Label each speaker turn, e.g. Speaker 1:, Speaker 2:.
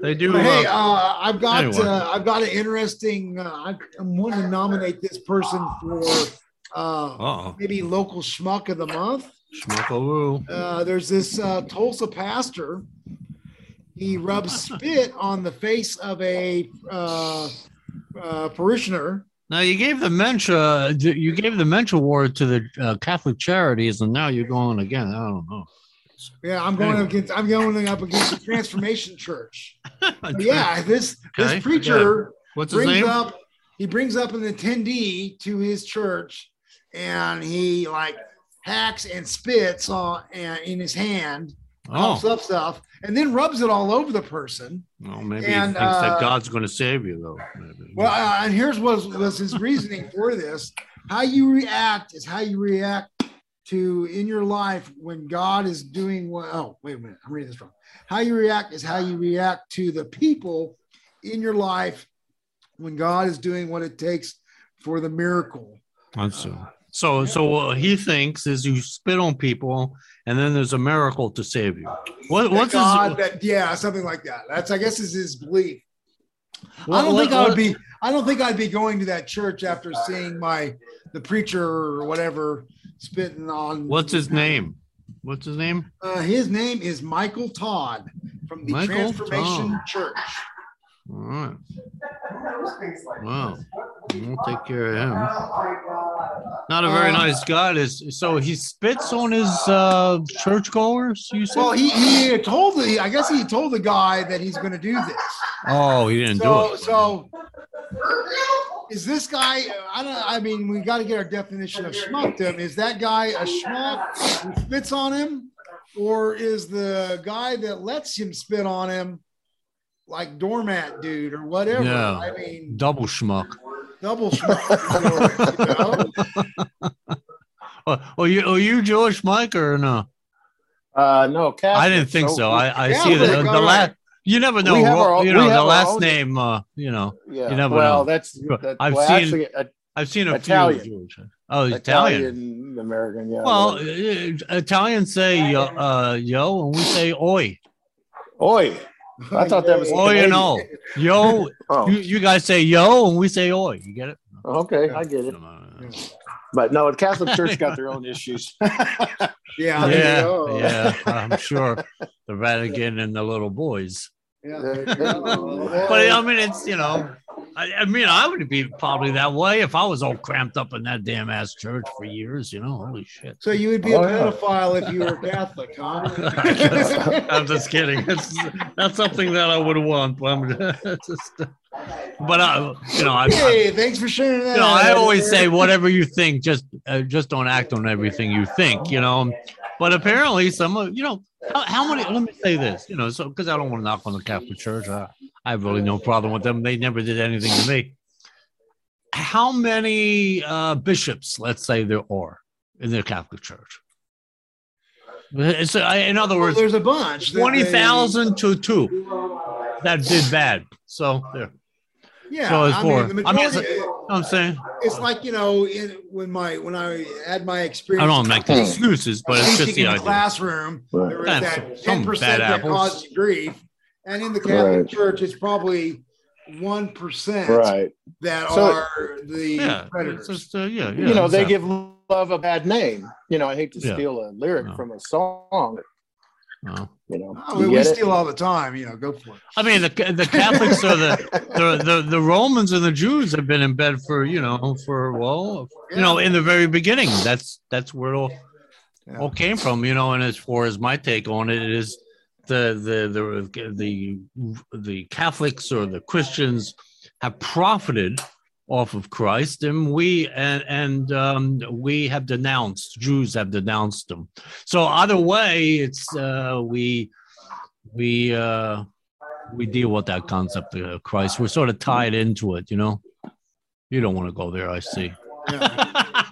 Speaker 1: They do.
Speaker 2: But hey,
Speaker 1: uh,
Speaker 2: uh, I've got
Speaker 1: anyway.
Speaker 2: uh, I've got an interesting. Uh, I- I'm wanting to nominate this person for uh,
Speaker 1: uh-oh.
Speaker 2: maybe local schmuck of the month.
Speaker 1: Schmuckaroo.
Speaker 2: Uh, there's this uh, Tulsa pastor. He rubs spit on the face of a uh, uh, parishioner.
Speaker 3: Now you gave the mensch uh, d- you gave the mensch award to the uh, Catholic Charities, and now you're going again. I don't know.
Speaker 2: Yeah, I'm going
Speaker 1: Anyway.
Speaker 2: against. I'm going up against the Transformation Church. But yeah, this
Speaker 1: Okay,
Speaker 2: this preacher
Speaker 1: What's his
Speaker 2: brings
Speaker 1: name?
Speaker 2: up he brings up an attendee to his church and he like hacks and spits on and in his hand
Speaker 1: oh,
Speaker 2: pumps up stuff and then rubs it all over the person
Speaker 1: well, maybe he
Speaker 2: and,
Speaker 1: thinks
Speaker 2: uh,
Speaker 1: that God's going to save you, though. Maybe.
Speaker 2: well uh, and here's what was, was his reasoning for this how you react is how you react to in your life when god is doing what oh wait a minute i'm reading this wrong how you react is how you react to the people in your life when god is doing what it takes for the miracle
Speaker 1: That's so. So, so what he thinks is you spit on people, and then there's a miracle to save you. What,
Speaker 2: Thank
Speaker 1: what's his?
Speaker 2: God that- yeah, something like that. That's I guess is his belief. I
Speaker 1: what-
Speaker 2: don't think
Speaker 1: what-
Speaker 2: I would be. I don't think I'd be going to that church after seeing my the preacher or whatever spitting on.
Speaker 1: What's his name? What's his name?
Speaker 2: Uh, his name is Michael Todd from the
Speaker 1: Michael
Speaker 2: Transformation
Speaker 1: Todd.
Speaker 2: Church.
Speaker 1: All right. Wow. We'll take care of him. Not a very
Speaker 2: Uh,
Speaker 1: nice guy. Is so he spits on his uh, churchgoers. You said?
Speaker 2: Well, he he told the. I guess he told the guy that he's going to do this.
Speaker 1: oh, he didn't do
Speaker 2: So
Speaker 1: it.
Speaker 2: so. Is this guy? I don't. I mean, we got to get our definition of schmuckdom. Is that guy a schmuck who spits on him, or is the guy that lets him spit on him like doormat dude or whatever?
Speaker 1: Yeah.
Speaker 2: I mean,
Speaker 1: double schmuck.
Speaker 2: double schmuck. you know?
Speaker 1: Oh, oh, you are you Jewish, Mike, or no?
Speaker 4: Uh, no, Catholic.
Speaker 1: I didn't think so. I, I
Speaker 2: Yeah,
Speaker 1: see the,
Speaker 2: but-
Speaker 1: the
Speaker 2: all
Speaker 1: last.
Speaker 2: right.
Speaker 1: You never know.
Speaker 4: We have
Speaker 1: Ro-
Speaker 4: our own-
Speaker 1: you
Speaker 4: we
Speaker 1: know
Speaker 4: have
Speaker 1: the
Speaker 4: our
Speaker 1: last
Speaker 4: own-
Speaker 1: name. Uh, you know,
Speaker 4: yeah.
Speaker 1: You never
Speaker 4: well,
Speaker 1: know.
Speaker 4: that's, that,
Speaker 1: I've
Speaker 4: well,
Speaker 1: seen
Speaker 4: actually, uh, a,
Speaker 1: I've seen a
Speaker 4: Italian.
Speaker 1: few Jewish. Oh, Italian.
Speaker 4: Italian American. Yeah.
Speaker 1: Well, uh, Italians say yo, uh, yo, and we say oi.
Speaker 4: oi. I thought that was-
Speaker 1: Oi and oh. Yo,
Speaker 4: Oh,
Speaker 1: you, you guys say yo, and we say oi. You get it?
Speaker 4: okay, I get it. But no, the Catholic Church got their own issues.
Speaker 2: Yeah.
Speaker 1: Yeah,
Speaker 2: yeah.
Speaker 1: yeah, I'm sure the Vatican and the little boys. But I mean, it's you know, I, I mean, I would be probably that way if I was all cramped up in that damn ass church for years. You know, holy shit.
Speaker 2: So you would be a
Speaker 4: Oh, yeah.
Speaker 2: pedophile if you were Catholic, huh?
Speaker 1: I'm just kidding. It's not something that I would want. But, I'm just, but I, you know, I, I,
Speaker 2: hey, thanks for sharing that.
Speaker 1: you know, I always say whatever you think, just uh, just don't act on everything you think. You know, but apparently some of you know how, how many. Let me say this, you know, so because I don't want to knock on the Catholic Church, I, I have really no problem with them. They never did anything to me. How many uh, bishops, let's say, there are in the Catholic Church? So, I- in other
Speaker 2: Well,
Speaker 1: words,
Speaker 2: there's a bunch. that they-
Speaker 1: twenty thousand to two that did bad. So there,
Speaker 2: Yeah,
Speaker 1: So it's four. I mean, it's-
Speaker 2: majority-
Speaker 1: I'm saying
Speaker 2: it's like you know, in, when my when I had my experience,
Speaker 1: I don't make excuses, but it's just
Speaker 2: teaching
Speaker 1: the
Speaker 2: in the
Speaker 1: idea.
Speaker 2: classroom, there was
Speaker 1: Right.
Speaker 2: that
Speaker 1: Some
Speaker 2: ten
Speaker 1: bad
Speaker 2: percent that
Speaker 1: apples.
Speaker 2: caused you grief, and in the Catholic
Speaker 4: Right.
Speaker 2: Church, it's probably one percent
Speaker 4: right.
Speaker 2: that
Speaker 4: So-
Speaker 2: are the
Speaker 1: yeah,
Speaker 2: predators.
Speaker 1: it's just, uh, yeah, yeah.
Speaker 4: you know, they
Speaker 1: exactly.
Speaker 4: give love a bad name. You know, I hate to
Speaker 1: Yeah.
Speaker 4: steal a lyric
Speaker 1: No.
Speaker 4: from a song.
Speaker 1: Oh.
Speaker 4: You know,
Speaker 2: Oh,
Speaker 4: you
Speaker 2: we
Speaker 4: get it?
Speaker 2: steal all the time, you know. Go for it.
Speaker 1: I mean, the the Catholics are the, the the the Romans and the Jews have been in bed for you know for well you know in the very beginning. That's that's where it all all came from. You know, and as far as my take on it is the the the the the Catholics or the Christians have profited off of Christ, and we and and um, we have denounced Jews have denounced them. So either way, it's uh, we we uh, we deal with that concept of Christ. We're sort of tied into it, you know. You don't want to go there, I see.
Speaker 2: Yeah.